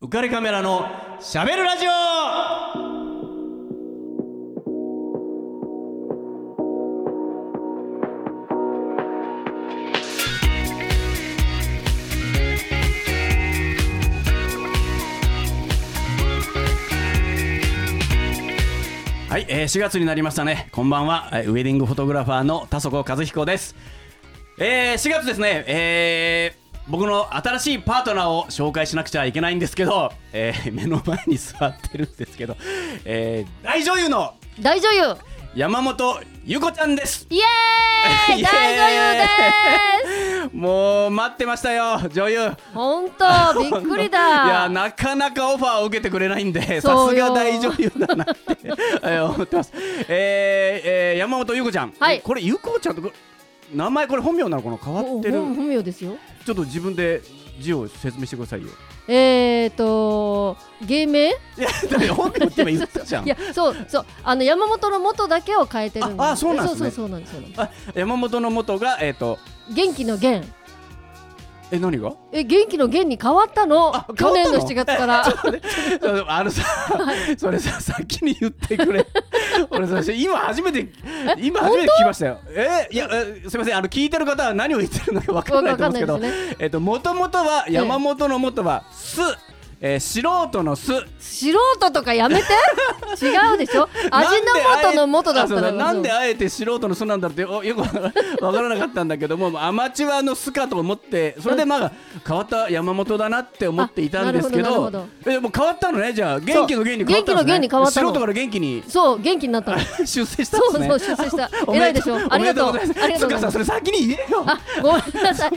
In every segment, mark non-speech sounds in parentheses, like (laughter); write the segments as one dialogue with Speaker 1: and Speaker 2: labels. Speaker 1: 浮かれカメラのしゃべるラジオはい、えー、4月になりましたねこんばんはえーウェディングフォトグラファーの田底和彦ですえー、4月ですね、えー、僕の新しいパートナーを紹介しなくちゃいけないんですけど、えー、目の前に座ってるんですけど、えー、大女優の
Speaker 2: 大女優
Speaker 1: 山本優子ちゃんです (laughs)
Speaker 2: イエーイ
Speaker 1: イエーイ
Speaker 2: 大女優です
Speaker 1: もう待ってましたよ女優
Speaker 2: 本
Speaker 1: (laughs)
Speaker 2: 当びっくり
Speaker 1: いや
Speaker 2: だ
Speaker 1: なかなかオファーを受けてくれないんでさ
Speaker 2: そ
Speaker 1: す
Speaker 2: うよ
Speaker 1: が大女優だなってえー思ってます、えーえー山本優子ちゃん、
Speaker 2: はい
Speaker 1: これ優子ちゃんとこ名前これ本名なのかな変わ
Speaker 2: お
Speaker 1: ってる
Speaker 2: ほん本名ですよ
Speaker 1: ちょっと自分で字を説明してくださいよ
Speaker 2: えーと芸名
Speaker 1: いやだって本名って今言ったじゃん
Speaker 2: (laughs) いやそうそうあの山本の元だけを変えてるんで
Speaker 1: ああそうなんですね
Speaker 2: そうそうそうなんですそうなんで
Speaker 1: あ山本の元がえっ、と
Speaker 2: す元気の元
Speaker 1: え何が
Speaker 2: え元気の元に変わったの
Speaker 1: あ変
Speaker 2: 去
Speaker 1: わったの
Speaker 2: 年の7月から
Speaker 1: そう (laughs) あのさ、それさ先に言って
Speaker 2: (laughs)
Speaker 1: くれ俺さ今初めて今初めて聞きましたよえいやえすいませんあの聞いてる方は何を言ってるのか分かんないと思うんですけど
Speaker 2: わかんないで
Speaker 1: えっと元々は山本の元はす、えー素人のす
Speaker 2: 素人とかやめて違うでしょ
Speaker 1: (laughs) なんで
Speaker 2: 味の素の元だった
Speaker 1: あ
Speaker 2: の
Speaker 1: そう
Speaker 2: よ
Speaker 1: なんであえて素人の巣なんだっておよ (laughs) くわからわからなかったんだけどもアマチュアの巣かと思ってそれでまあ変わった山本だなって思っていたんですけ
Speaker 2: あなる
Speaker 1: ど
Speaker 2: ほどなる
Speaker 1: えもう変わったのねじゃあ元気の元に変わったんですね
Speaker 2: 元気の元に変わったの
Speaker 1: 素人から元気に (laughs)
Speaker 2: そう元気になったの
Speaker 1: 出世したんで
Speaker 2: そう
Speaker 1: すね
Speaker 2: そう出世した
Speaker 1: (laughs) おめ
Speaker 2: 偉いでしょありがとう
Speaker 1: おめでござ
Speaker 2: あ
Speaker 1: い
Speaker 2: り
Speaker 1: ますつ
Speaker 2: がとうご
Speaker 1: か
Speaker 2: ざいま
Speaker 1: さ
Speaker 2: す
Speaker 1: それ先に言えよ
Speaker 2: あ、ごめん
Speaker 1: (laughs)
Speaker 2: なさい。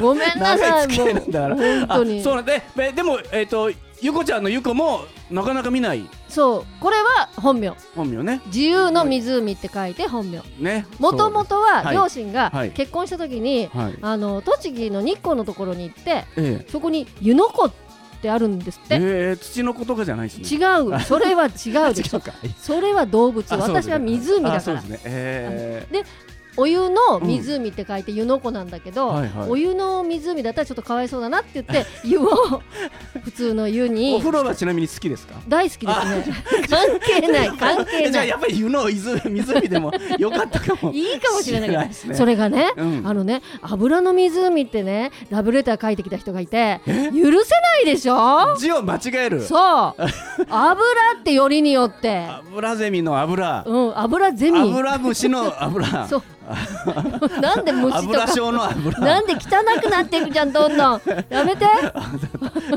Speaker 2: ごめんな
Speaker 1: 長
Speaker 2: さ
Speaker 1: い
Speaker 2: い。
Speaker 1: 付き合いなんだから
Speaker 2: もう本当に。
Speaker 1: あそ
Speaker 2: そ
Speaker 1: う
Speaker 2: う
Speaker 1: なんでえでもえっ、とゆこちゃんのゆこもなかなか見ない
Speaker 2: これは本名。
Speaker 1: 本名ね
Speaker 2: 自由の湖って書いて本名。
Speaker 1: ね
Speaker 2: もともと
Speaker 1: は
Speaker 2: はい両親
Speaker 1: は
Speaker 2: が
Speaker 1: い
Speaker 2: 結婚した時に、
Speaker 1: はい
Speaker 2: あの栃木の日光のところに行って、
Speaker 1: そうええ
Speaker 2: そこに湯の湖ってあるんですって。
Speaker 1: えー、土の子とかじゃないですね
Speaker 2: 違
Speaker 1: (laughs)
Speaker 2: う。それは違うでし
Speaker 1: あ違
Speaker 2: ょ
Speaker 1: うか。
Speaker 2: それは動物。
Speaker 1: あそうです
Speaker 2: 私
Speaker 1: ね
Speaker 2: は湖
Speaker 1: あ
Speaker 2: だ
Speaker 1: そ
Speaker 2: か
Speaker 1: うで
Speaker 2: ら
Speaker 1: す。ね。え
Speaker 2: でお湯の湖って書いて湯の湖なんだけど、
Speaker 1: はいはい
Speaker 2: お湯の湖だったらちょっとかわいそうだなって言
Speaker 1: (laughs)
Speaker 2: って湯を普通の湯
Speaker 1: ー、お
Speaker 2: に
Speaker 1: 風呂はちなみに好きですか。
Speaker 2: 大好きですね関係ない関係
Speaker 1: え (laughs) じゃ
Speaker 2: な
Speaker 1: あ
Speaker 2: い
Speaker 1: やっぱり湯の湖湖でも (laughs) 良かったかも。
Speaker 2: (laughs) いいかもしれないけど
Speaker 1: ですね。
Speaker 2: それがね、
Speaker 1: うん
Speaker 2: あのね油の湖ってねラブレター書いてきた人がいて許せないでしょ
Speaker 1: 字を間違える。
Speaker 2: そう油ってよりによって
Speaker 1: 油ゼミの油。
Speaker 2: うん油ゼミ
Speaker 1: 油虫の油。
Speaker 2: (laughs) そう
Speaker 1: (laughs)
Speaker 2: なんで虫と
Speaker 1: 油
Speaker 2: か
Speaker 1: 症の油。
Speaker 2: なんで汚くなっていくじゃんどんどんやめて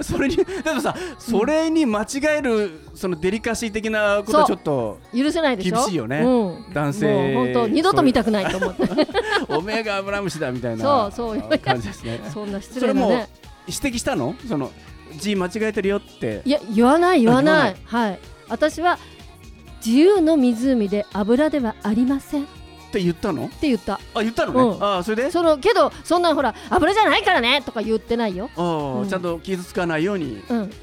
Speaker 1: それに、でもさ、それに間違える、そのデリカシー的なことはち
Speaker 2: そ
Speaker 1: ょ
Speaker 2: う
Speaker 1: っと。
Speaker 2: 許せないでしょ
Speaker 1: 厳しいよね
Speaker 2: うん、
Speaker 1: 男性
Speaker 2: もう本当二度と見たくないと思って
Speaker 1: おめえが油虫だみたいな。
Speaker 2: そうそうよ
Speaker 1: 感じですね。
Speaker 2: そんな失
Speaker 1: それ
Speaker 2: 礼な
Speaker 1: も
Speaker 2: ね
Speaker 1: 指摘したの、その字間違えてるよって
Speaker 2: い。や言わない言わな
Speaker 1: あ
Speaker 2: いはい私は自由の湖で油ではありませんっ
Speaker 1: って言ったの。
Speaker 2: て言った
Speaker 1: あ、言ったのね
Speaker 2: う。ん
Speaker 1: あ、それで。
Speaker 2: そのけどそんなほら油じゃないからねとか言ってないよ
Speaker 1: あ
Speaker 2: う
Speaker 1: あ、
Speaker 2: ん
Speaker 1: ちゃんと傷つかないように
Speaker 2: うん
Speaker 1: やって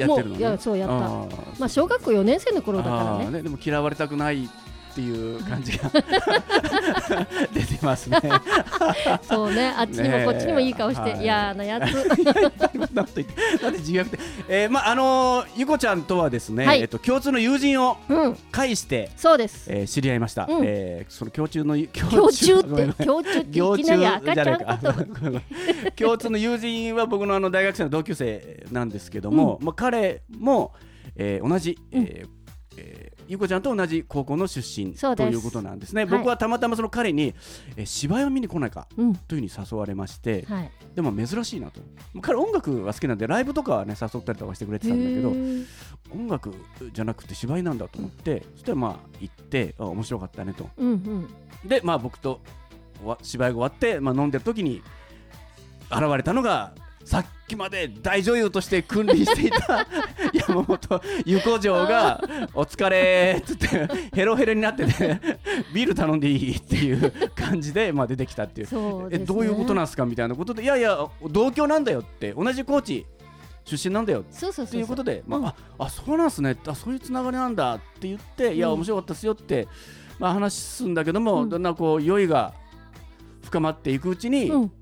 Speaker 1: るの
Speaker 2: も
Speaker 1: ね。
Speaker 2: ういやそうやった
Speaker 1: あ
Speaker 2: まあ小学校4年生の頃だから
Speaker 1: あー
Speaker 2: ね
Speaker 1: でも嫌われたくないっていう感じが出てますね。
Speaker 2: そうねあっちに
Speaker 1: ねえ
Speaker 2: もこっちにもいい顔して
Speaker 1: はい
Speaker 2: 嫌なやつ
Speaker 1: なんと言って、なんで自虐って、えー、まああのーゆこちゃんとはですね、
Speaker 2: はい
Speaker 1: えっと共通の友人を
Speaker 2: うん
Speaker 1: 介して、
Speaker 2: そうです
Speaker 1: えー、知り合いました。
Speaker 2: うん
Speaker 1: えー、その共通の
Speaker 2: 胸中っ
Speaker 1: ごめんご
Speaker 2: て胸中って
Speaker 1: 行
Speaker 2: いきな
Speaker 1: (laughs)
Speaker 2: り赤ちゃんこ
Speaker 1: あごめんごめん共通の友人は僕のあの大学生の同級生なんですけども、まあ、彼も、えー同じ、えーえーゆうこちゃんと同じ高校の出身
Speaker 2: そう
Speaker 1: と
Speaker 2: です
Speaker 1: いうことなんですね。
Speaker 2: はい
Speaker 1: 僕はたまたまその彼に、えー芝居を見に来ないか
Speaker 2: とうん
Speaker 1: というふうに誘われまして、
Speaker 2: はい
Speaker 1: でも珍しいなと。彼音楽は好きなんでライブとかはね誘ったりとかしてくれてたんだけ
Speaker 2: へ
Speaker 1: ど、
Speaker 2: ー
Speaker 1: 音楽じゃなくて芝居なんだと思って、そしたらまあ行ってあ面白かったねと。
Speaker 2: うんうん
Speaker 1: で、まあ、僕とわ芝居が終わって、まあ、飲んでる時に現れたのがさっきまで大女優として君臨してい
Speaker 2: (laughs)
Speaker 1: た山本湯子城が「お疲れ」っつってヘロヘロになっててビール頼んでいいっていう感じで、まあ、出てきたっていう
Speaker 2: そう
Speaker 1: え
Speaker 2: ですね
Speaker 1: どういうことなんですかみたいなことで「いやいや同居なんだよ」って同じ高知出身なんだよ
Speaker 2: そうそう
Speaker 1: と
Speaker 2: そ
Speaker 1: いうう
Speaker 2: そ
Speaker 1: こ
Speaker 2: う
Speaker 1: とで、まあああそうなんですねあそういうつながりなんだって言っていや
Speaker 2: うん
Speaker 1: 面白かったですよって、まあ、話すんだけども、
Speaker 2: うん
Speaker 1: だんだんこう酔いが深まっていくうちに、
Speaker 2: うん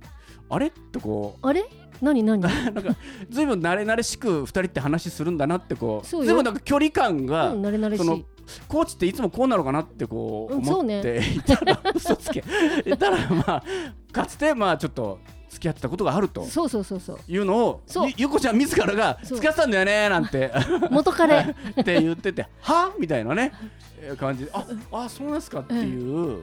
Speaker 1: あれってこ
Speaker 2: あれ
Speaker 1: う
Speaker 2: 何
Speaker 1: (laughs)
Speaker 2: 何
Speaker 1: なんかずいぶん慣れ慣れしく2人って話するんだなってこう
Speaker 2: そうよ
Speaker 1: ずいぶんなんか距離感が、
Speaker 2: うん、慣れ慣れし
Speaker 1: その
Speaker 2: い。
Speaker 1: コーチっていつもこうなのかなってこう
Speaker 2: うんそ
Speaker 1: 思
Speaker 2: うね
Speaker 1: っていたら、 (laughs) 嘘つけいたらまあかつてまあちょっと付き合ってたことがあると
Speaker 2: そうそうそうそう。
Speaker 1: いうのを
Speaker 2: そう
Speaker 1: ゆゆうこちゃん自らが
Speaker 2: そう
Speaker 1: 付き合ってたんだよねなんて
Speaker 2: 元カレ。
Speaker 1: って言ってて (laughs) はみたいなねえー感じでああそうですかっていう、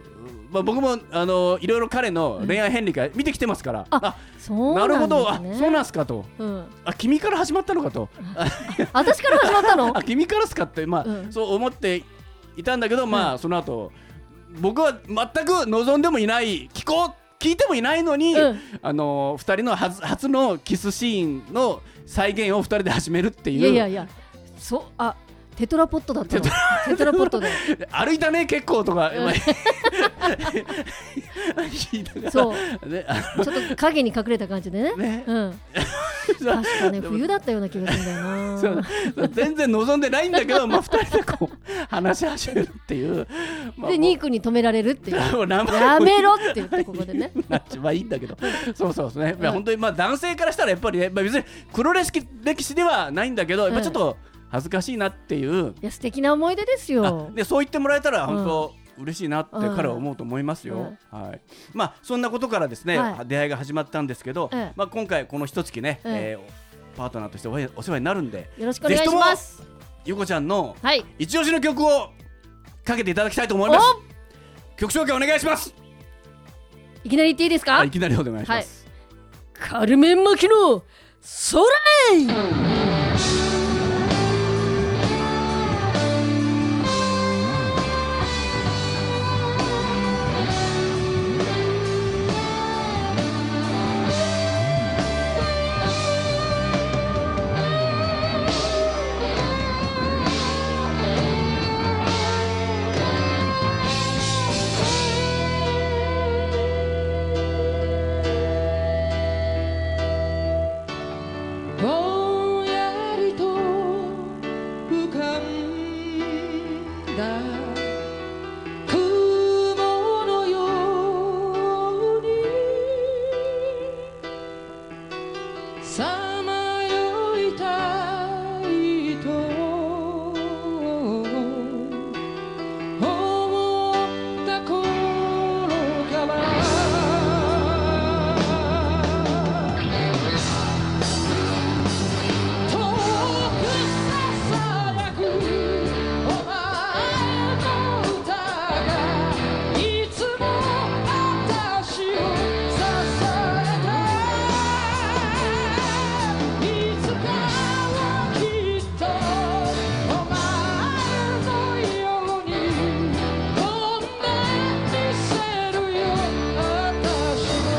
Speaker 1: まあ、僕もあのいろいろ彼の恋愛遍歴は見てきてますから、
Speaker 2: あ
Speaker 1: あ
Speaker 2: そ
Speaker 1: (laughs)
Speaker 2: う
Speaker 1: なる
Speaker 2: な
Speaker 1: ほ
Speaker 2: ん
Speaker 1: ど
Speaker 2: です
Speaker 1: あ
Speaker 2: ね。
Speaker 1: そうなんすかと
Speaker 2: うん。
Speaker 1: あ君から始まったのかと
Speaker 2: 私から始まったの
Speaker 1: あ。君からっすかって、まあ
Speaker 2: うん
Speaker 1: そう思っていたんだけど、まあその後僕は全く望んでもいない聞こう聞いてもいないのに、
Speaker 2: うん
Speaker 1: あの2人の初初のキスシーンの再現を2人で始めるっていう
Speaker 2: いやいやいや。そうあテトラポットだったの。テトラポットで。
Speaker 1: 歩いたね結構とか、
Speaker 2: うん
Speaker 1: まあ聞いたから
Speaker 2: そう。
Speaker 1: ねあ
Speaker 2: ちょっと影に隠れた感じでね。
Speaker 1: ね (laughs)
Speaker 2: うん。確かね冬だったような気がするんだよな。
Speaker 1: そう全然望んでないんだけど、まあ、2人でこう話し始めるっていう、まあ、
Speaker 2: でニークに止められるっていう。
Speaker 1: もう名前を
Speaker 2: やめろって言ってここでね。
Speaker 1: なっちまあいいんだけど、そうそうですね、ま
Speaker 2: う
Speaker 1: あ、
Speaker 2: ん
Speaker 1: 本当にまあ男性からしたらやっぱりね、まあ、別に黒歴史歴史ではないんだけど、やっぱちょっと恥ずかしいなっていう、
Speaker 2: いや素敵な思い出です
Speaker 1: あ
Speaker 2: よ。
Speaker 1: でそう言ってもらえたら、
Speaker 2: うん
Speaker 1: 本当、嬉しいなって彼は思うと思いますよ。はいまあ、そんなことからですね、
Speaker 2: はい
Speaker 1: 出会いが始まったんですけど、
Speaker 2: ええ
Speaker 1: まあ、今回、この一月ね、
Speaker 2: ええ
Speaker 1: えーパートナーとしておお世話になるんで、
Speaker 2: よろしくお願いします。
Speaker 1: ゆこちゃんの
Speaker 2: はい。
Speaker 1: 一押しの曲をかけていただきたいと思い
Speaker 2: お
Speaker 1: ます。曲紹介お願いします。
Speaker 2: いきなり言っていいですか
Speaker 1: あい。きなりお願いします。
Speaker 2: カルメンマキの空へ
Speaker 3: ぼんやりと浮かんだ雲のようにさまよいたいと思った頃から遠くささやくお前の歌がいつも私を支えたいつかはきっとお前のようにこんな見せるよ私も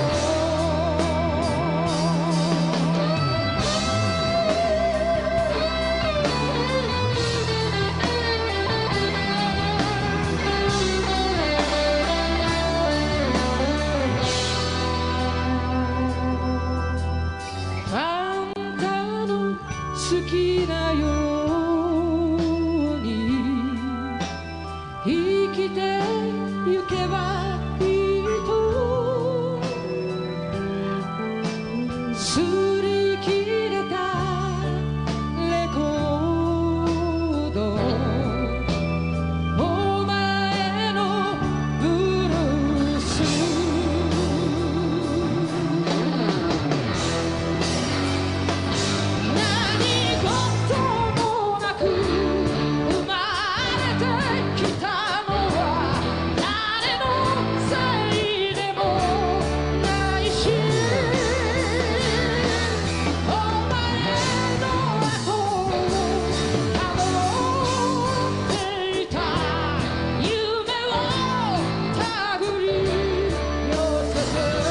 Speaker 3: あんたの好きなように生きてゆけばいいと擦り切れたレコードお前のブルース何事もなく生まれてきたのは誰のせいでもないしお前の後を辿っていた夢を手繰り寄せて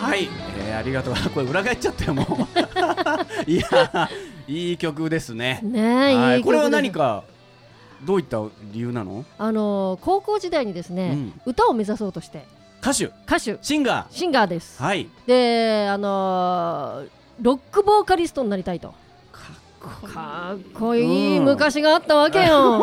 Speaker 1: はい、えーありがとう。 (laughs) これ裏返っちゃったよも
Speaker 2: (laughs)
Speaker 1: う。いやー、いい曲ですね。
Speaker 2: ねえ、、
Speaker 1: はい
Speaker 2: い曲です
Speaker 1: これは何かどういった理由なの？
Speaker 2: あの高校時代にですね、
Speaker 1: うん
Speaker 2: 歌を目指そうとして
Speaker 1: 歌手、
Speaker 2: 歌手
Speaker 1: シンガ
Speaker 2: シンガーです
Speaker 1: ー。はい。
Speaker 2: であのロックボーカリストになりたいと
Speaker 1: かっ
Speaker 2: かっこいい
Speaker 1: うん
Speaker 2: 昔があったわけよ。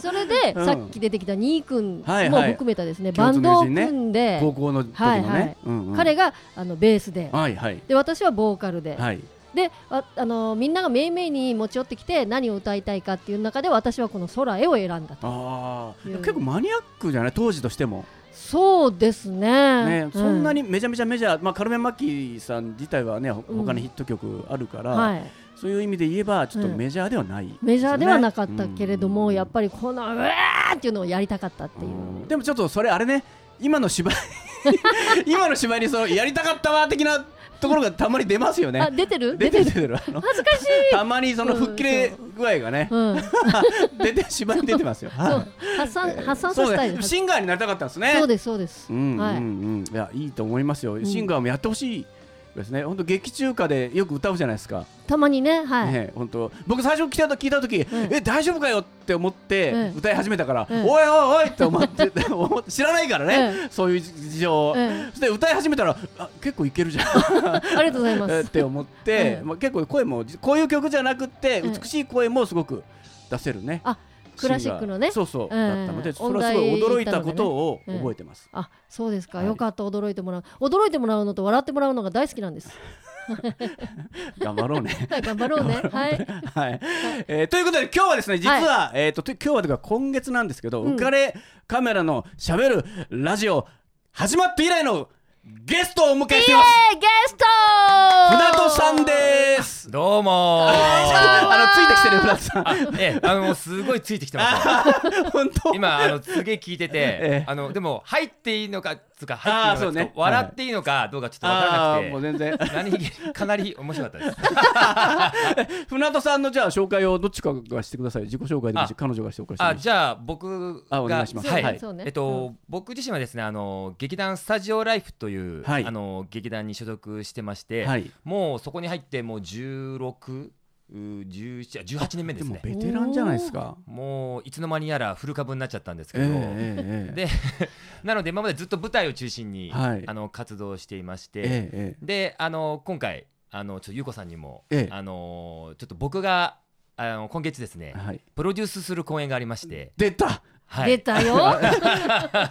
Speaker 2: でそれで、
Speaker 1: うん
Speaker 2: さっき出てきたニー君
Speaker 1: はい
Speaker 2: も
Speaker 1: はい
Speaker 2: 含めたですね、バ
Speaker 1: 共通
Speaker 2: ン
Speaker 1: の
Speaker 2: ドを
Speaker 1: 友人
Speaker 2: 組
Speaker 1: ね
Speaker 2: んで、
Speaker 1: 高校の時のね、
Speaker 2: はいはい
Speaker 1: うんうん
Speaker 2: 彼があのベースで、
Speaker 1: はいはい
Speaker 2: で私はボーカルで、
Speaker 1: はい
Speaker 2: でああのみんながめいめいに持ち寄ってきて何を歌いたいかっていう中で私はこの「空へ」を選んだと
Speaker 1: ああ
Speaker 2: いう
Speaker 1: 結構マニアックじゃない当時としても、
Speaker 2: そうですね
Speaker 1: ねそんな
Speaker 2: に、
Speaker 1: にめちゃめちゃメジャー、まあ、カルメン・マッキーさん自体はねほ他にヒット曲あるか
Speaker 2: う
Speaker 1: ら、
Speaker 2: んはい、
Speaker 1: そういう意味で言えばちょっと
Speaker 2: うん
Speaker 1: メジャーではない、
Speaker 2: メジャーではなかったけれども、
Speaker 1: うん
Speaker 2: やっぱりこの「うわ!」っていうのをやりたかったっていう、
Speaker 1: うんでもちょっとそれあれね今の
Speaker 2: (laughs)
Speaker 1: 芝居今の芝居にそのやりたかったわ的なところがたまに出ますよ
Speaker 2: あ
Speaker 1: ね
Speaker 2: 出てる
Speaker 1: 出てる出てるあの
Speaker 2: 恥ずかしい、
Speaker 1: たまにその吹っ切れ具合がね、
Speaker 2: うん、
Speaker 1: (laughs) 出て芝居に出てますよ
Speaker 2: そ
Speaker 1: は
Speaker 2: う
Speaker 1: (laughs)
Speaker 2: 発散発
Speaker 1: い
Speaker 2: 散
Speaker 1: そ
Speaker 2: さ
Speaker 1: う
Speaker 2: せたい
Speaker 1: ね
Speaker 2: です
Speaker 1: シンガーになりたかったんですね
Speaker 2: そうですそうです、
Speaker 1: うんうん
Speaker 2: はい
Speaker 1: うん、いやいいと思いますよ、
Speaker 2: ん
Speaker 1: シンガーもやってほしいですね本当劇中歌でよく歌うじゃないですか、
Speaker 2: たまにねはい、
Speaker 1: ね本当僕最初聞いたと聞いた時、
Speaker 2: ん
Speaker 1: え大丈夫かよって思って
Speaker 2: うん
Speaker 1: 歌い始めたから、
Speaker 2: うん
Speaker 1: おいおいおいって思って (laughs) 思って知らないからね、そういう事情を、
Speaker 2: うん
Speaker 1: そして歌い始めたらあ結構いけるじゃん
Speaker 2: ありがとうございま
Speaker 1: っ (laughs)
Speaker 2: す
Speaker 1: て思って、
Speaker 2: (laughs) うん
Speaker 1: まあ、結構声もこういう曲じゃなくて
Speaker 2: うん
Speaker 1: 美しい声もすごく出せるね、
Speaker 2: あクラシックのね
Speaker 1: シンガーそうそう、
Speaker 2: うん
Speaker 1: だったのでそれはすごい驚いたことを覚えてます、
Speaker 2: あそうですか、
Speaker 1: はい
Speaker 2: よかった驚いてもらう驚いてもらうのと笑ってもらうのが大好きなんです
Speaker 1: 頑張ろうね
Speaker 2: (laughs) 頑張ろ
Speaker 1: (laughs)
Speaker 2: うねはい
Speaker 1: はい、えーということで今日はですね実は、えっ、とと今日はというか今月なんですけど、
Speaker 2: うん
Speaker 1: 浮かれカメラのしゃべるラジオ始まって以来のゲストをお迎えしています
Speaker 2: えーゲスト
Speaker 1: 船戸さんです
Speaker 4: どうもー
Speaker 1: あのついてきてる船戸さん
Speaker 4: あええあのすごいついてきてます
Speaker 1: (laughs) 本当
Speaker 4: 今あのすげえ聞いてて、
Speaker 1: ええ
Speaker 4: あのでも入っていいのかつうか
Speaker 1: あ
Speaker 4: 入
Speaker 1: ー
Speaker 4: って
Speaker 1: そ
Speaker 4: いいう
Speaker 1: ね
Speaker 4: のかちょっと笑っていいのかどうかちょっとわから
Speaker 1: あ
Speaker 4: な
Speaker 1: ーも
Speaker 4: く
Speaker 1: う全
Speaker 4: て
Speaker 1: 然
Speaker 4: 何気にかなり面白かった
Speaker 1: (laughs)
Speaker 4: です
Speaker 1: 船戸さんのじゃあ紹介をどっちかがしてください自己紹介でもいいし
Speaker 4: あ
Speaker 1: 彼女が紹介してもい
Speaker 4: あ
Speaker 1: いし
Speaker 4: じゃあ僕
Speaker 1: あ
Speaker 4: が
Speaker 1: お願いします
Speaker 4: はい、
Speaker 1: はい
Speaker 2: そうね
Speaker 4: えっと、僕自身はですねあの劇団スタジオライフという、
Speaker 1: はい
Speaker 4: あの劇団に所属してまして、
Speaker 1: はい
Speaker 4: もうそこに入ってもう1617 18年目で
Speaker 1: ですも
Speaker 4: ね
Speaker 1: ベテランじゃないですか
Speaker 4: もういつの間にやら古株になっちゃったんですけ
Speaker 1: え
Speaker 4: ど、
Speaker 1: えええええ
Speaker 4: で (laughs) なので今までずっと舞台を中心に、
Speaker 1: はい
Speaker 4: あの活動していまして、
Speaker 1: えええ
Speaker 4: であの今回あのちょっとゆうこさんにも、
Speaker 1: ええ
Speaker 4: あのちょっと僕があの今月ですね
Speaker 1: えはい
Speaker 4: プロデュースする公演がありまして、
Speaker 1: 出た
Speaker 4: は
Speaker 2: 出
Speaker 4: い、
Speaker 1: (laughs)
Speaker 2: たよ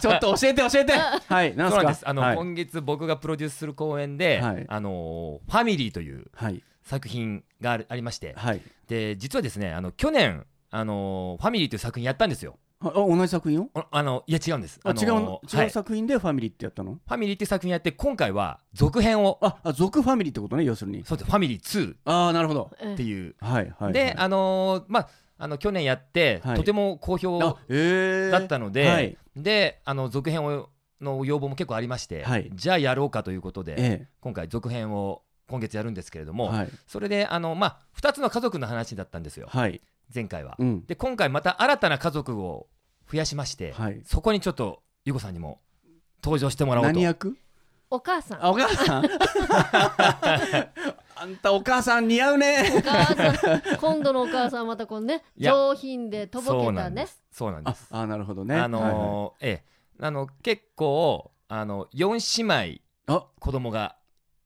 Speaker 1: ちょっと教えて
Speaker 4: (laughs)
Speaker 1: 教えてはいなん
Speaker 4: そう
Speaker 1: す
Speaker 4: なん
Speaker 1: か
Speaker 4: ですあの、
Speaker 1: はい
Speaker 4: 今月僕がプロデュースする公演で「
Speaker 1: はい
Speaker 4: あのファミリーという
Speaker 1: はい
Speaker 4: 作品があるありまして
Speaker 1: はい
Speaker 4: で実はですねあの去年あのファミリーという作品やったんですよ。
Speaker 1: あ同じ作品を
Speaker 4: ああのいや違うんです。
Speaker 1: あ
Speaker 4: の
Speaker 1: 違う
Speaker 4: は
Speaker 1: 違
Speaker 4: いう
Speaker 1: 作品でファミリーってやったの、
Speaker 4: ファミリーっていう作品やって今回は続編を
Speaker 1: ああ続ファミリーってことね要するに
Speaker 4: そうですファミリー2
Speaker 1: ああなるほど
Speaker 4: っていう、
Speaker 1: はいはいはい
Speaker 4: で、あのーまああの去年やって、
Speaker 1: はい
Speaker 4: とても好評
Speaker 1: あえー、
Speaker 4: だったので、
Speaker 1: はい
Speaker 4: であの続編をの要望も結構ありまして、
Speaker 1: はい
Speaker 4: じゃあやろうかということで、
Speaker 1: え
Speaker 4: 今回続編を今月やるんですけれど
Speaker 1: え
Speaker 4: も、
Speaker 1: はい
Speaker 4: それであのまあ2つの家族の話だったんですよ
Speaker 1: はい
Speaker 4: 前回は、
Speaker 1: うん
Speaker 4: で今回また新たな家族を増やしまして、
Speaker 1: はい
Speaker 4: そこにちょっとゆこさんにも登場してもらおうと
Speaker 1: 何役
Speaker 2: お母さん
Speaker 1: あお母さんあんたお母さん似合うね
Speaker 2: お母さん今度のお母さんまたこのね
Speaker 4: いや
Speaker 2: 上品でとぼ
Speaker 4: そう
Speaker 2: け
Speaker 4: な
Speaker 2: た
Speaker 4: んで
Speaker 2: ね
Speaker 4: すそうなんで
Speaker 1: あ
Speaker 4: す
Speaker 1: あなるほどね
Speaker 4: あのーええあの結構あの4姉
Speaker 1: はいはいあ
Speaker 4: 妹子供が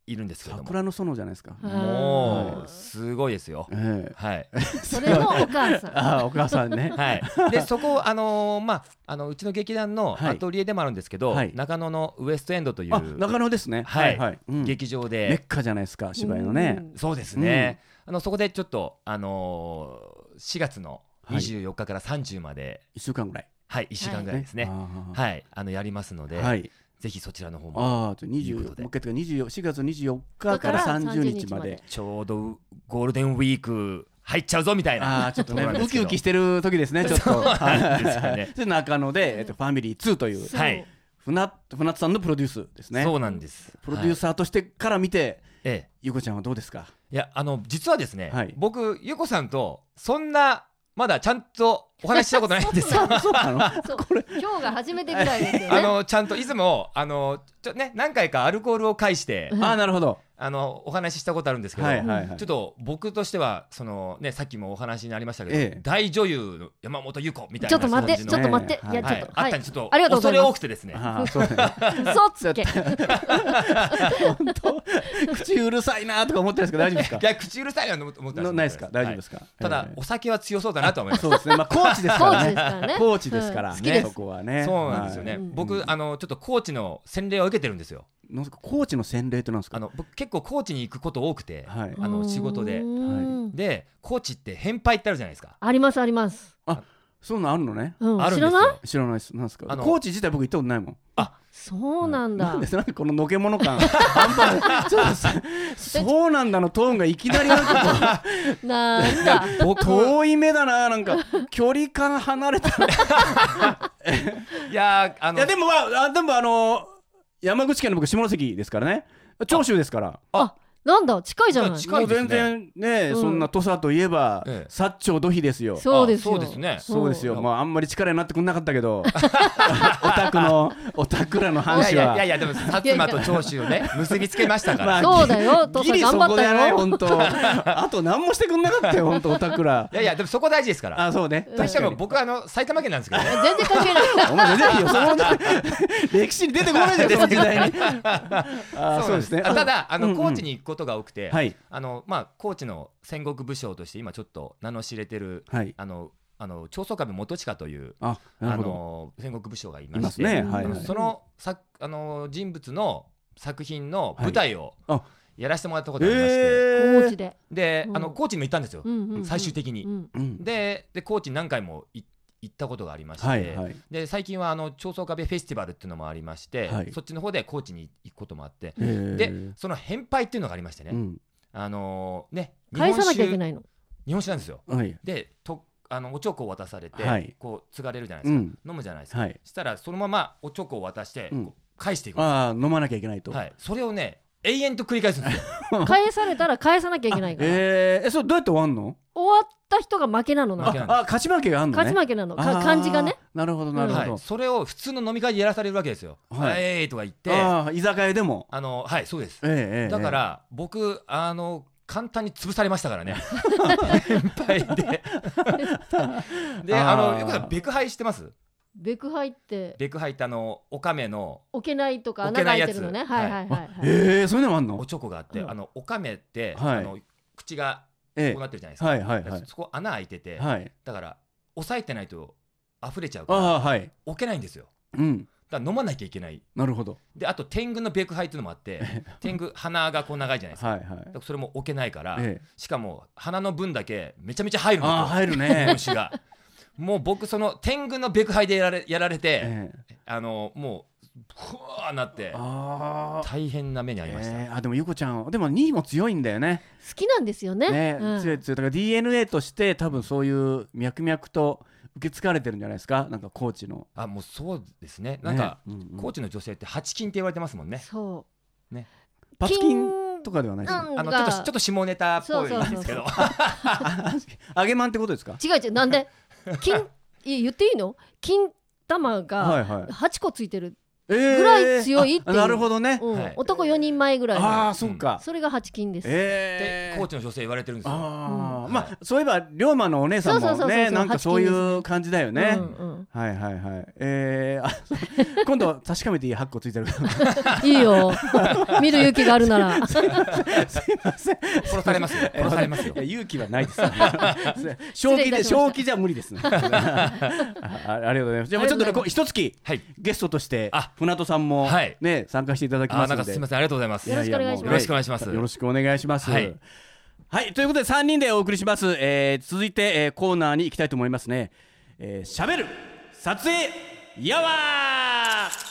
Speaker 4: いるんですけれども
Speaker 1: 桜の園じゃないですか、
Speaker 2: はい
Speaker 4: も
Speaker 1: は
Speaker 4: うすごいですよ
Speaker 1: ええ
Speaker 4: はい
Speaker 2: それもお母さん
Speaker 1: あお母さんね
Speaker 4: (laughs) はいでそこあのーまああのうちの劇団の
Speaker 1: はい
Speaker 4: アトリエでもあるんですけど、
Speaker 1: はい
Speaker 4: 中野のウエストエンドとい
Speaker 1: あ
Speaker 4: う
Speaker 1: 中野ですね
Speaker 4: はい
Speaker 1: はい、うんメ
Speaker 4: 劇場
Speaker 1: ッ
Speaker 4: で、
Speaker 1: カじゃないですか芝居のね
Speaker 2: うん
Speaker 4: そうですね、あのそこでちょっとあのー4月の24日から30まで
Speaker 1: 一週間ぐらい
Speaker 4: はい、1週間ぐらいですね
Speaker 1: あ
Speaker 4: はい、
Speaker 1: ー
Speaker 4: あのやりますので、
Speaker 1: はい、
Speaker 4: ぜひそちらの方も
Speaker 1: ああ、と二
Speaker 4: い
Speaker 1: 十、
Speaker 4: う
Speaker 1: も
Speaker 4: こ
Speaker 1: う
Speaker 4: とで
Speaker 1: 一回とか二十四月二十四日から三十日まで。
Speaker 4: ちょうどゴールデンウィーク入っちゃうぞみたいな。
Speaker 1: ああ、ちょっとね、
Speaker 4: そうなん
Speaker 1: ウ
Speaker 4: ですけ
Speaker 1: キ
Speaker 4: ど
Speaker 1: ウキしてる時ですね、ちょっと。
Speaker 4: そうなんですかね
Speaker 1: はいで、中野で、えっと、ファミリー2という、
Speaker 2: そう
Speaker 4: はい
Speaker 1: 船、船津さんのプロデュースですね。
Speaker 4: そうなんです。
Speaker 1: プロデュー
Speaker 4: はい
Speaker 1: サーとしてから見て、
Speaker 4: ええ、
Speaker 1: ゆうこちゃんはどうです
Speaker 4: (laughs)
Speaker 1: か。
Speaker 4: いやあの実はですね、
Speaker 1: はい
Speaker 4: 僕ゆこさんとそんなまだちゃんとお話ししたことないんで
Speaker 1: (laughs)
Speaker 4: すよ。
Speaker 1: そうなの
Speaker 2: そう
Speaker 1: これ
Speaker 2: 今日が初めてぐらいですよね。
Speaker 4: あのちゃんと出雲をあのちょね何回かアルコールを介して
Speaker 1: あーなるほど
Speaker 4: あのお話ししたことあるんですけど、
Speaker 1: はいはいはい
Speaker 4: ちょっと僕としてはそのねさっきもお話になりましたけど、
Speaker 1: ええ
Speaker 4: 大女優の山本由子みたい
Speaker 2: ちょ
Speaker 4: な
Speaker 2: っと待って、
Speaker 4: 感
Speaker 2: ち
Speaker 4: じ
Speaker 2: ょっ
Speaker 4: の
Speaker 2: と待って、
Speaker 1: はい
Speaker 2: いや
Speaker 4: は
Speaker 2: ちょ
Speaker 4: い
Speaker 2: っと、
Speaker 4: あ
Speaker 2: は
Speaker 4: った
Speaker 2: い
Speaker 4: んで、ちょっと
Speaker 2: ありがとうございます
Speaker 4: 恐れ多くてですね。
Speaker 1: あーそうだね
Speaker 2: 嘘つけ。
Speaker 1: 本当 (laughs) 口うるさいなとか思ってるんですけど大丈夫ですか
Speaker 4: (laughs) いや口うるさいなと思ったん
Speaker 1: のないですか大丈夫です
Speaker 4: か、
Speaker 1: か、
Speaker 4: はいただ
Speaker 1: えー
Speaker 4: お酒は強そうだなとは思います
Speaker 1: そうですね
Speaker 4: (laughs)
Speaker 1: まあコーチですからね
Speaker 2: コ
Speaker 1: コ
Speaker 2: ー
Speaker 1: ー
Speaker 2: チ
Speaker 1: チ
Speaker 2: で
Speaker 1: ですす
Speaker 2: か
Speaker 1: からら、
Speaker 2: ね
Speaker 1: ね
Speaker 2: 好きです
Speaker 1: そこはね
Speaker 4: そうなんですよね、
Speaker 1: はいうん
Speaker 4: 僕あのちょっとコーチの洗礼を受けてるんですよ
Speaker 1: なんかコーチの洗礼ってなんですか
Speaker 4: あの僕結構コーチに行くこと多くて、
Speaker 1: はい
Speaker 4: (laughs) あの仕事で
Speaker 2: うーん
Speaker 4: でコーチって返杯ってあるじゃないですか、
Speaker 2: ありますあります。
Speaker 1: そういうのあるのね
Speaker 2: うん
Speaker 4: あるん
Speaker 2: 知
Speaker 4: で
Speaker 2: ら
Speaker 4: す
Speaker 2: ない？
Speaker 4: よ
Speaker 1: 知らないですなんですか
Speaker 4: あの
Speaker 1: コーチ自体僕行ったことないもん
Speaker 2: そうなんだ。
Speaker 1: なんですなんかこののけもの感半端ないちょっとさ
Speaker 2: (laughs)
Speaker 1: そうなんだのトーンがいきなりなんか
Speaker 2: なんだ。
Speaker 1: こう遠い目だななんか (laughs) 距離感離れた
Speaker 4: いやーあ
Speaker 1: い
Speaker 4: の
Speaker 1: やでもまああでもあの山口県の僕下関ですからね長州ですから
Speaker 2: あ、なんだ近いじゃない。
Speaker 4: 近
Speaker 1: も
Speaker 4: い
Speaker 1: う
Speaker 4: です
Speaker 1: 全
Speaker 4: ね
Speaker 1: 然ね、
Speaker 2: うん
Speaker 1: そんな土佐といえば、
Speaker 4: ええ
Speaker 1: 薩長土肥ですよ
Speaker 2: そうですよ。
Speaker 4: あそうですね
Speaker 1: そうですよ、
Speaker 4: ん
Speaker 1: まあ、あんまり力になってくんなかったけ (laughs) ど、オタクの、オタクらの
Speaker 4: い
Speaker 1: 話
Speaker 4: や。
Speaker 1: はい
Speaker 4: やいやいやでも薩摩と長州をね結びつけましたか
Speaker 1: ま
Speaker 4: ら、
Speaker 1: あ
Speaker 2: そうだよ。父
Speaker 1: ギ
Speaker 2: さん
Speaker 1: リそ
Speaker 2: 頑張
Speaker 1: こ
Speaker 2: っ
Speaker 1: で
Speaker 2: た
Speaker 1: やない、
Speaker 2: よ。
Speaker 1: 本当。あと、何もしてくんなかったよ、本当、オタクら
Speaker 4: い。やいやでもそこ大事ですから
Speaker 1: あ、そうね。
Speaker 4: しかも僕あの埼玉県なんですけどね
Speaker 2: 全然関係ない。
Speaker 1: お前、全然よ、その歴史に出てこない
Speaker 4: (laughs)
Speaker 1: じゃん、その時代に。あ、そうですね。
Speaker 4: あただあ
Speaker 1: うんう
Speaker 4: の
Speaker 1: ん
Speaker 4: 高知に行くことが多くて、
Speaker 1: はい。
Speaker 4: あのまあ高知の戦国武将として今ちょっと名の知れてる
Speaker 1: はい。
Speaker 4: あのあの長宗我部元親という
Speaker 1: あ、な
Speaker 4: あ
Speaker 1: るほど。
Speaker 4: の戦国武将がい
Speaker 1: い
Speaker 4: ま
Speaker 1: ま
Speaker 4: し
Speaker 1: す
Speaker 4: て
Speaker 1: ね。はい。はい
Speaker 4: その作あの人物の作品の舞台を
Speaker 1: はいあ
Speaker 4: やらせてもらったことがありまして、
Speaker 2: 高
Speaker 1: え
Speaker 2: 知
Speaker 4: (laughs)
Speaker 2: で。
Speaker 4: で、
Speaker 2: うん
Speaker 4: あの高知にも行ったんですよ、
Speaker 2: うんうん
Speaker 4: 最終的に
Speaker 2: う。ん
Speaker 1: ー。
Speaker 4: でで高知に何回もい行ったことがありまして、
Speaker 1: はい。はい。
Speaker 4: で最近はあの長宗我部フェスティバルっていうのもありまして、
Speaker 1: はい
Speaker 4: そっちの方で高知に行くこともあって、
Speaker 1: えー
Speaker 4: でその返拝っていうのがありましてね、
Speaker 1: うん。
Speaker 4: あのーね
Speaker 2: 返さなきゃいけ
Speaker 4: 日
Speaker 2: ない
Speaker 4: (laughs)
Speaker 2: の。
Speaker 4: 本酒なんですよ。
Speaker 1: はい。
Speaker 4: でとあのおちょこを渡されて、
Speaker 1: はい
Speaker 4: こう継がれるじゃないで
Speaker 1: う
Speaker 4: すか、
Speaker 1: ん。
Speaker 4: 飲むじゃないですか、
Speaker 1: はい。
Speaker 4: したらそのままおちょこを渡して、
Speaker 1: うん
Speaker 4: こう返していくんで
Speaker 1: ああ、飲まなきゃいけない
Speaker 4: す
Speaker 1: と。
Speaker 4: はい、それをね永遠と繰り返すんですよ
Speaker 2: 返されたら返さなきゃいけないから。
Speaker 1: えー、え、それどうやって終わんの
Speaker 2: 終わった人が負けなのな
Speaker 4: 負け。なの
Speaker 1: あ、勝ち負けがあんのね。
Speaker 2: 勝ち負けなの。
Speaker 1: あ
Speaker 2: か
Speaker 1: ー
Speaker 2: 漢字がね。。
Speaker 1: なるほ (laughs) ど、なるほ
Speaker 4: は
Speaker 1: ど
Speaker 4: い、。それを普通の飲み会でやらされるわけですよ「
Speaker 1: は
Speaker 4: はいい、えー」とか言ってあ
Speaker 1: ああ、居酒屋でも。
Speaker 4: のはいそうです
Speaker 1: ええええ
Speaker 4: だか、ら僕あの簡単に潰されましたからね先
Speaker 1: (laughs)
Speaker 4: 輩でであ
Speaker 1: あ
Speaker 4: の
Speaker 1: ー
Speaker 4: よくさベクハイしてます
Speaker 2: ベク入って
Speaker 4: ベクハイってあのおかめの
Speaker 2: 置けないとか穴
Speaker 4: 置
Speaker 2: が
Speaker 4: けな
Speaker 2: 開い
Speaker 4: いや
Speaker 2: て
Speaker 4: つ
Speaker 2: るのね。はいはいはい
Speaker 1: え
Speaker 2: はい。
Speaker 1: えそういうのもあんの
Speaker 4: おちょこがあって、
Speaker 2: うん
Speaker 4: あのおかめって、
Speaker 1: はい
Speaker 4: あの口が
Speaker 1: え
Speaker 4: こうなってるじゃないです
Speaker 1: え
Speaker 4: か、
Speaker 1: はいはいはい
Speaker 4: そこ穴開いてて、
Speaker 1: はい
Speaker 4: だから押さえてないと溢れちゃう
Speaker 1: あ
Speaker 4: から
Speaker 1: あはい
Speaker 4: 置けないんですよ
Speaker 1: うん
Speaker 4: だから飲まなきゃいけない
Speaker 1: なるほど
Speaker 4: であと天狗のベクハイっていうのもあって
Speaker 1: (laughs)
Speaker 4: 天狗鼻がこう長いじゃないですか,、
Speaker 1: はいはい
Speaker 4: だからそれも置けないから、
Speaker 1: ええ
Speaker 4: しかも鼻の分だけめちゃめちゃ入るんですよ
Speaker 1: ああ入る
Speaker 4: 日
Speaker 1: ね
Speaker 4: 本酒がもう僕その天狗のベクハイでやられやられて、
Speaker 1: ええ
Speaker 4: あのもうふわーなって
Speaker 1: ああ
Speaker 4: 大変な目に遭いました、
Speaker 1: ええあでもゆうこちゃんでも2位も強いんだよね
Speaker 2: 好きなんですよね。
Speaker 1: ね
Speaker 2: うん
Speaker 1: 強い強いだから DNA として多分そういう脈々と受け継がれてるんじゃないですかなんかコーチの
Speaker 4: あもうそうですねなんか、
Speaker 1: ねうんうん
Speaker 4: 高知の女性ってハチキンって言われてますもんね
Speaker 2: そ
Speaker 1: パツキンとかではな
Speaker 2: う。
Speaker 1: いですよ
Speaker 2: なん
Speaker 4: あのちょっと
Speaker 2: が
Speaker 4: ちょっと下ネタっぽいんですけど
Speaker 1: (laughs) 揚げまんってことですか
Speaker 2: 違う違う
Speaker 1: (laughs)
Speaker 2: なんで金い言っていいの？金玉
Speaker 1: は
Speaker 2: が
Speaker 1: いはい
Speaker 2: 八個ついてる。
Speaker 1: ぐ
Speaker 2: らい強いっていう
Speaker 1: なるほどね
Speaker 2: うん
Speaker 4: はい
Speaker 2: 男四人前ぐらい
Speaker 1: あ
Speaker 2: の。
Speaker 1: あそっか
Speaker 2: それが八金です。
Speaker 1: え
Speaker 4: で
Speaker 1: え
Speaker 4: 高知の女性言われてるんですよ
Speaker 1: ああ、
Speaker 4: うん
Speaker 1: まあそういえば龍馬のお姉さん
Speaker 2: そうそ
Speaker 1: も
Speaker 2: うそうそ
Speaker 1: ね
Speaker 2: う
Speaker 1: なんかそういう感じだよね、
Speaker 2: うんうん
Speaker 1: はいはいはいえー、あそう (laughs) 今度確かめていい8個ついてるから
Speaker 2: い
Speaker 1: (laughs)
Speaker 2: いよ。見る勇気があるなら。
Speaker 1: すいません
Speaker 4: 殺されます
Speaker 1: (laughs)
Speaker 4: よ殺されますよ
Speaker 1: いや勇気はないです正
Speaker 2: 礼
Speaker 1: 気
Speaker 2: いたしま
Speaker 1: で
Speaker 2: した
Speaker 1: 正気じゃ無理ですねああありがとうございますじゃあもうちょっと
Speaker 2: ありがとうございます
Speaker 1: ねこう一月
Speaker 4: はい
Speaker 1: ゲストとして
Speaker 4: あ
Speaker 1: 船戸さんも
Speaker 4: はい
Speaker 1: ね、参加していただき
Speaker 4: あ
Speaker 1: ま
Speaker 4: ー
Speaker 1: す
Speaker 4: なん
Speaker 1: の
Speaker 4: か
Speaker 1: です
Speaker 4: みませんありがとうございます
Speaker 2: よろしくお願いします
Speaker 1: ややもう
Speaker 2: よろ
Speaker 4: しくお願いします
Speaker 1: よろしくお願いします。は
Speaker 4: はいい。
Speaker 1: ということで3人でお送りします。えー続いて、えーコーナーに行きたいと思いますね。えー、しゃべる撮影やわー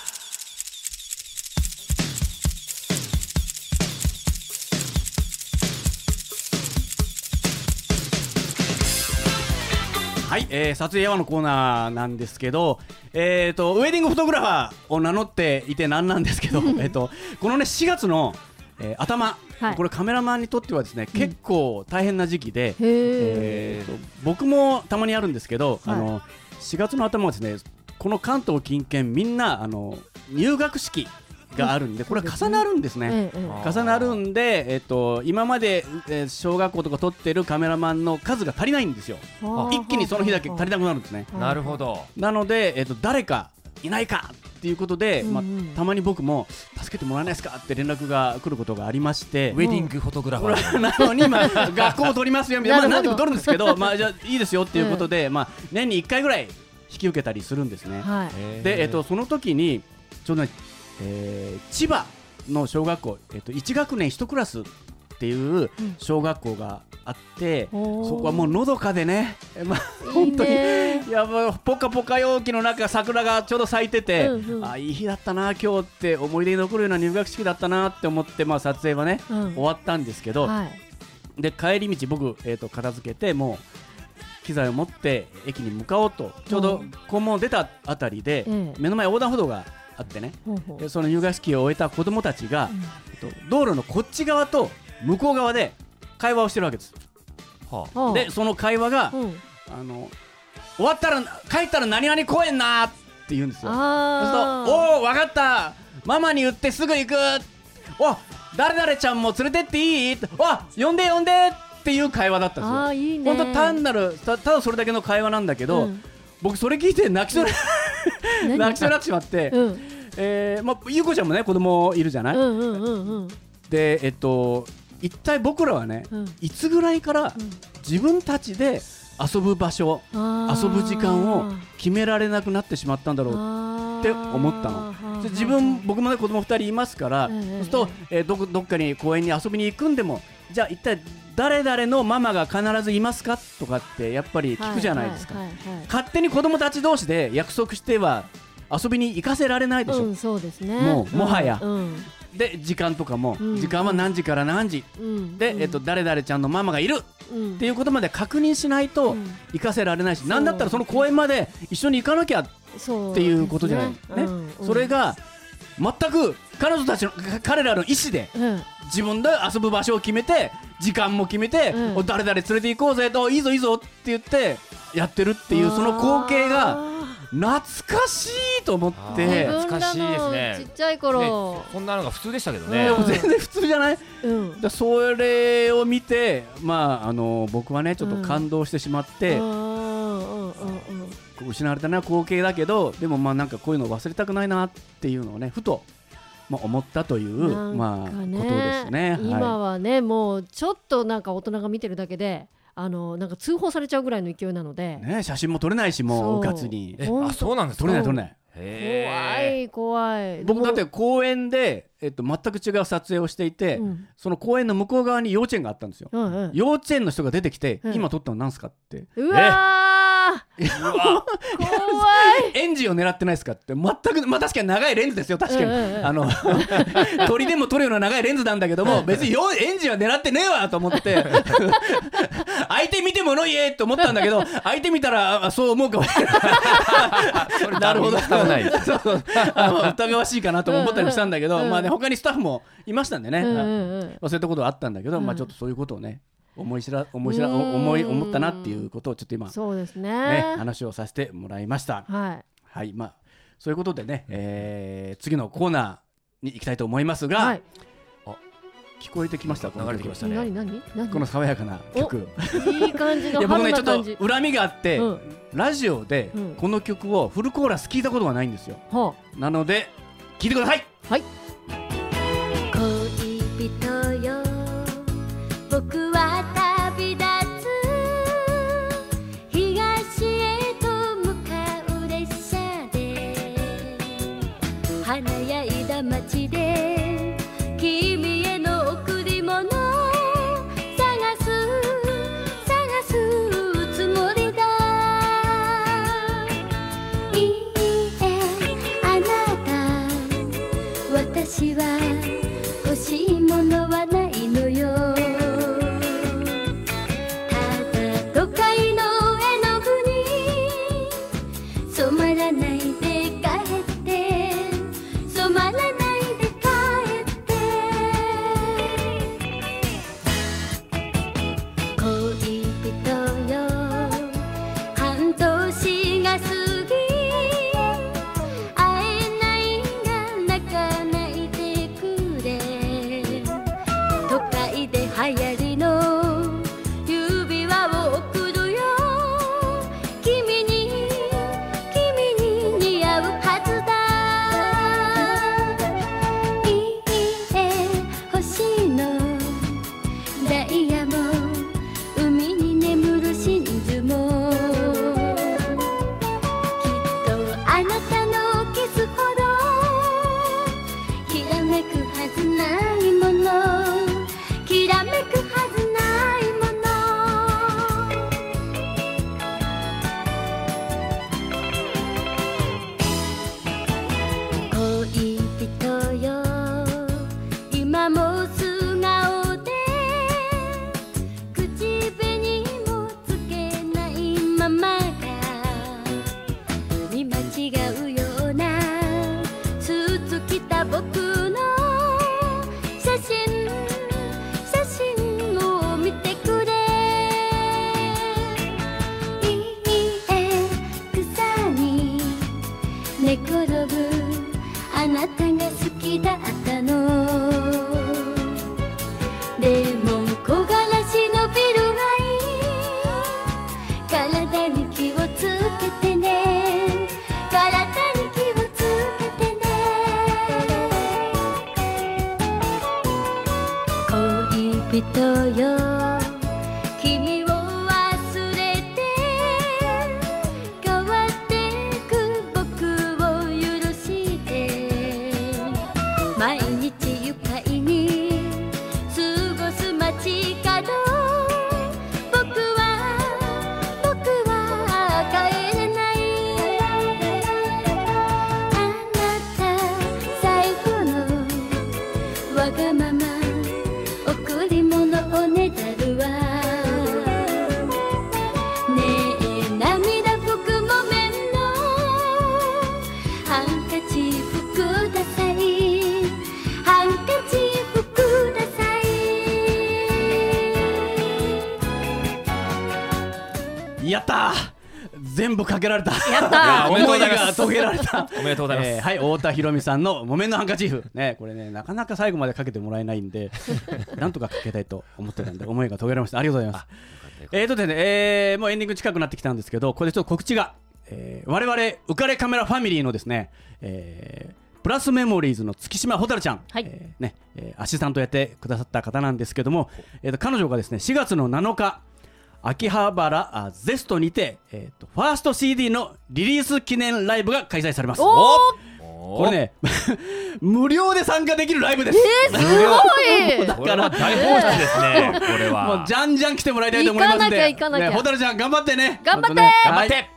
Speaker 1: はい、えー撮影やわのコーナーなんですけど、えー、
Speaker 2: (laughs)
Speaker 1: とウェディングフォトグラファーを名乗っていてなんなんですけどえーとこのね4月のえー頭、
Speaker 2: はい
Speaker 1: これカメラマンにとってはですね結構大変な時期で、
Speaker 2: へえ。
Speaker 1: えーと僕もたまにあるんですけど、
Speaker 2: はい
Speaker 1: あの4月の頭はですねこの関東近県みんなあの入学式があるんで、これは重なるんですね。
Speaker 2: ええええ
Speaker 4: あ
Speaker 1: 重なるんで、えっと、今まで、えー小学校とか撮ってるカメラマンの数が足りないんですよ
Speaker 2: はあ
Speaker 1: 一気にその日だけ足りなくなるんですね
Speaker 4: なるほど。
Speaker 1: なので、えっと、誰かいないかっていうことで、
Speaker 2: うんうん
Speaker 1: まあ、たまに僕も助けてもらえないですかって連絡が来ることがありまして
Speaker 4: ウェディングフォトグラフ
Speaker 1: こ
Speaker 4: ァ
Speaker 1: れ
Speaker 4: ー。
Speaker 1: なのに、まあ、学校を取りますよみたいな、まあ、
Speaker 2: な
Speaker 1: 何
Speaker 2: る
Speaker 1: で
Speaker 2: ほ
Speaker 1: も
Speaker 2: ど
Speaker 1: 取るんですけど、まあ、じゃあいいですよっていうことで、まあ、年に1回ぐらい引き受けたりするんですね。
Speaker 2: はい。
Speaker 1: で、えっと、その時にちょうどね、えー千葉の小学校、えっと、1学年1クラスっていう小学校があって、そこはもうのどかでね、えまあ、本当に
Speaker 2: いいね
Speaker 1: いやもうポカポカ陽気の中桜がちょうど咲いてて、
Speaker 2: うんうん
Speaker 1: あいい日だったな今日って思い出に残るような入学式だったなって思って、まあ、撮影はね、
Speaker 2: うん
Speaker 1: 終わったんですけど、
Speaker 2: はい。
Speaker 1: で帰り道僕、えー、と片付けてもう機材を持って駅に向かおうとちょうど
Speaker 2: うん
Speaker 1: 校門を出たあたりで、
Speaker 2: ええ
Speaker 1: 目の前横断歩道があってね
Speaker 2: ほうほう
Speaker 1: でその入学式を終えた子供たちが、えっと道路のこっち側と向こう側で会話をしてるわけです。
Speaker 4: は
Speaker 2: はあ
Speaker 1: でその会話が、
Speaker 2: うん
Speaker 1: あの終わったら帰ったら何々公園なーって言うんですよ。そうする
Speaker 2: あ
Speaker 1: とおお分かったママに言ってすぐ行くお誰々ちゃんも連れてっていいわ呼んで呼んでっていう会話だったんですよ
Speaker 2: あーいいね
Speaker 1: 本当単なるたただそれだけの会話なんだけど、
Speaker 2: うん
Speaker 1: 僕それ聞いて泣きそうに
Speaker 2: 何
Speaker 1: 泣きそうになってしまって、
Speaker 2: うん
Speaker 1: えーまあ、ゆうこちゃんもね子供いるじゃない、
Speaker 2: うんうんうんうん
Speaker 1: でえっと一体僕らはね、
Speaker 2: うん
Speaker 1: いつぐらいから
Speaker 2: うん
Speaker 1: 自分たちで遊ぶ場所、
Speaker 2: あー
Speaker 1: 遊ぶ時間を決められなくなってしまったんだろう
Speaker 2: あー
Speaker 1: って思ったの
Speaker 2: はあはあ
Speaker 1: で自分僕もね子供2人いますから、
Speaker 2: ええ
Speaker 1: そうすると、えーどこどっかに公園に遊びに行くんでもじゃあ一体誰々のママが必ずいますかとかってやっぱり聞くじゃないですか、
Speaker 2: はいはいはいはい
Speaker 1: 勝手に子供たち同士で約束しては遊びに行かせられないでしょ、
Speaker 2: うんそうですね
Speaker 1: もうもはや
Speaker 2: うん
Speaker 1: で時間とかも、
Speaker 2: うん
Speaker 1: 時間は何時から何時
Speaker 2: うん
Speaker 1: で、えっと、誰々ちゃんのママがいる
Speaker 2: うん
Speaker 1: っていうことまで確認しないと
Speaker 2: うん
Speaker 1: 行かせられないし、
Speaker 2: そう
Speaker 1: なんだったらその公園まで一緒に行かなきゃっ
Speaker 2: そう
Speaker 1: ていうことじゃない、
Speaker 2: です
Speaker 1: ね
Speaker 2: うんうん
Speaker 1: それが全く彼女たちのか彼らの意思で
Speaker 2: うん
Speaker 1: 自分で遊ぶ場所を決めて時間も決めて、
Speaker 2: うん
Speaker 1: お誰々連れて行こうぜといいぞいいぞって言ってやってるっていうその光景が
Speaker 2: あ
Speaker 1: 懐かしいと思っ
Speaker 4: あ
Speaker 2: ー
Speaker 4: ね
Speaker 1: て
Speaker 4: ー懐かしいで
Speaker 2: 自分
Speaker 4: すね
Speaker 2: らのちっちゃい
Speaker 4: ね
Speaker 2: 頃、
Speaker 4: そんなのが普通でしたけどね。
Speaker 1: (laughs)
Speaker 2: うん
Speaker 1: 全然普通じゃないだか
Speaker 2: うん
Speaker 1: らそれを見てまああの僕はねちょっと感動してしまって、
Speaker 2: うんうんうんうん
Speaker 1: 失われたな光景だけどでもまあなんかこういうの忘れたくないなっていうのをねふと、まあ、思ったという、
Speaker 2: なん
Speaker 1: まあ
Speaker 2: か
Speaker 1: こと
Speaker 2: ね
Speaker 1: ですね。は
Speaker 2: 今はね、もうちょっとなんか大人が見てるだけであのなんか通報されちゃうぐらいの勢いなので、
Speaker 1: いね、写真も撮れないしもうう
Speaker 2: そ
Speaker 1: か
Speaker 2: う
Speaker 1: つに (laughs)
Speaker 4: え
Speaker 2: ほんと
Speaker 4: あそうなんですか。。
Speaker 1: 撮れない撮れないい。
Speaker 2: 怖
Speaker 4: へ
Speaker 2: い怖い
Speaker 1: 僕
Speaker 2: も
Speaker 1: だ
Speaker 2: う
Speaker 1: って公園で、えっと、全く違う撮影をしていて、
Speaker 2: うん
Speaker 1: その公園の向こう側に幼稚園があったんですよ、
Speaker 2: うんうん
Speaker 1: 幼稚園の人が出てきて、
Speaker 2: うん
Speaker 1: 今撮ったのなんすかって
Speaker 2: うわー
Speaker 4: え。うわ
Speaker 2: 怖
Speaker 1: (laughs)
Speaker 2: い
Speaker 1: エンジンを狙ってないですかって全く、まあ、確かに長いレンズですよ確かに、
Speaker 2: うんうんうん
Speaker 1: あの (laughs) 鳥でも撮るような長いレンズなんだけども別によエンジンは狙ってねえわと思って
Speaker 2: (laughs)
Speaker 1: 相手見てもの言えと思ったんだけど相手見たらあそう思うかも (laughs) しれない
Speaker 4: それ
Speaker 1: なるほど。
Speaker 4: 誰も疑わ
Speaker 1: (laughs)
Speaker 4: ないです
Speaker 1: そうそうあの疑わしいかなとも思ったりもしたんだけど、
Speaker 2: うんうん
Speaker 1: まあね、他にスタッフもいましたんでね、
Speaker 2: うんうんうん
Speaker 1: まあそういったことはあったんだけど、ま
Speaker 2: う
Speaker 1: あ
Speaker 2: ん
Speaker 1: ちょっとそういうことをね、思い知ら、思い知ら、
Speaker 2: うーん
Speaker 1: お思い、思ったなっていうことをちょっと今、ね、
Speaker 2: そうですね
Speaker 1: 話をさせてもらいました。
Speaker 2: はい
Speaker 1: はい、まあ、そういうことでね、えー次のコーナーに行きたいと思いますが、
Speaker 2: はい
Speaker 1: 聞こえてきました、この曲
Speaker 4: 流れてきましたね
Speaker 2: 何何何
Speaker 1: この爽やかな曲。
Speaker 2: いい感じ
Speaker 1: い
Speaker 2: の
Speaker 1: や僕ねちょ
Speaker 2: 春な
Speaker 1: っ
Speaker 2: 感じ
Speaker 1: と恨みがあって、
Speaker 2: うん
Speaker 1: ラジオで
Speaker 2: うん
Speaker 1: この曲をフルコーラス聞いたことがないんですよ
Speaker 2: は
Speaker 1: なので聞いてください
Speaker 2: あはい
Speaker 5: 恋人よ僕は旅立つ東へと向かう列車で華やいだ街で君への贈り物探す探すつもりだいいえあなた私は欲しいものはないのよただ都会の絵の具に染まらないで帰って染まらないで帰って流行りの指輪を贈るよ君に君に似合うはずだいいえ星のダイヤも海に眠る真珠もきっとあなたのキスほどきらめくはずないものきらめくはずないもの恋人よ今も素顔で口紅もつけないままが見間違うようなスーツ着た僕の写真写真を見てくれいいえ草に寝転ぶあなたが好きだったのでも木枯らしのビルがいい体に気をつけてね体に気をつけてね恋人よ君を忘れて変わってく僕を許して毎日愉快に過ごす街角僕は僕は帰れないあなた最後のわがまま贈り物をねだるわねえ涙拭く木綿のハンカチ服くださいハンカチ服ください
Speaker 1: やったー全部かけられたやった
Speaker 4: ー
Speaker 1: 思いが遂げられた
Speaker 4: おめでとうございます
Speaker 1: えーはい太田博美さんの「木綿のハンカチーフ」ねこれねなかなか最後までかけてもらえないん
Speaker 2: (laughs)
Speaker 1: でなんとかかけたいと思ってたんで思いが遂げられましたありがとうございますえーとですね、えーもうエンディング近くなってきたんですけどここでちょっと告知が、えー、我々浮かれカメラファミリーのですね、えープラスメモリーズの月島蛍ちゃん、
Speaker 2: はい
Speaker 1: えーねえーアシスタントやってくださった方なんですけども、えーと彼女がですね4月の7日秋葉原あゼストにて、えーとファースト CD のリリース記念ライブが開催されます
Speaker 2: おー
Speaker 1: これね (laughs) 無料で参加できるライブです、
Speaker 2: えー、すごい
Speaker 1: だ
Speaker 4: これ
Speaker 1: から
Speaker 4: は大放出で
Speaker 1: (laughs)
Speaker 4: すねこれは
Speaker 1: もうじゃんじゃん来てもらいたいと思いますんで
Speaker 2: 行かなきゃ行かなきゃ
Speaker 1: ね、蛍ちゃん頑張ってね
Speaker 2: 頑張
Speaker 1: 本当
Speaker 2: って
Speaker 1: ね
Speaker 2: 頑
Speaker 4: 張って
Speaker 1: はい、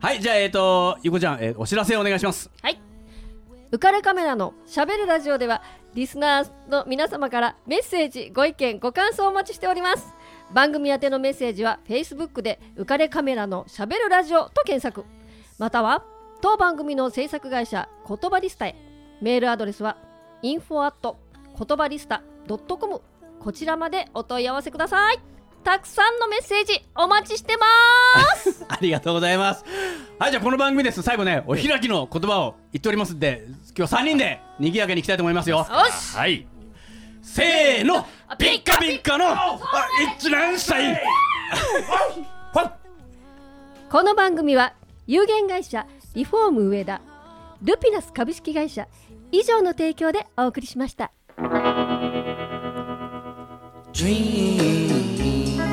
Speaker 1: はいじゃあえっ、とゆこちゃん、えーお知らせお願いします
Speaker 2: はい。浮かれカメラのしゃべるラジオでは、リスナーの皆様からメッセージ、ご意見、ご感想をお待ちしております。番組宛てのメッセージは、Facebook で浮かれカメラのしゃべるラジオと検索。または、当番組の制作会社、言葉リスタへ。メールアドレスは、info at 言葉リスタ .com。こちらまでお問い合わせください。たくさんのメッセージお待ちしてます。
Speaker 1: (laughs) (laughs) ありがとうございますはいじゃあこの番組です最後ねお開きの言葉を言っておりますんで今日3人で賑やかにいきたいと思いますよ
Speaker 2: よし。
Speaker 4: はい
Speaker 1: せーのピッカピッカのあ一覧
Speaker 2: (laughs)
Speaker 1: 祭
Speaker 2: この番組は有限会社リフォーム上田ルピナス株式会社以上の提供でお送りしました。
Speaker 6: Dream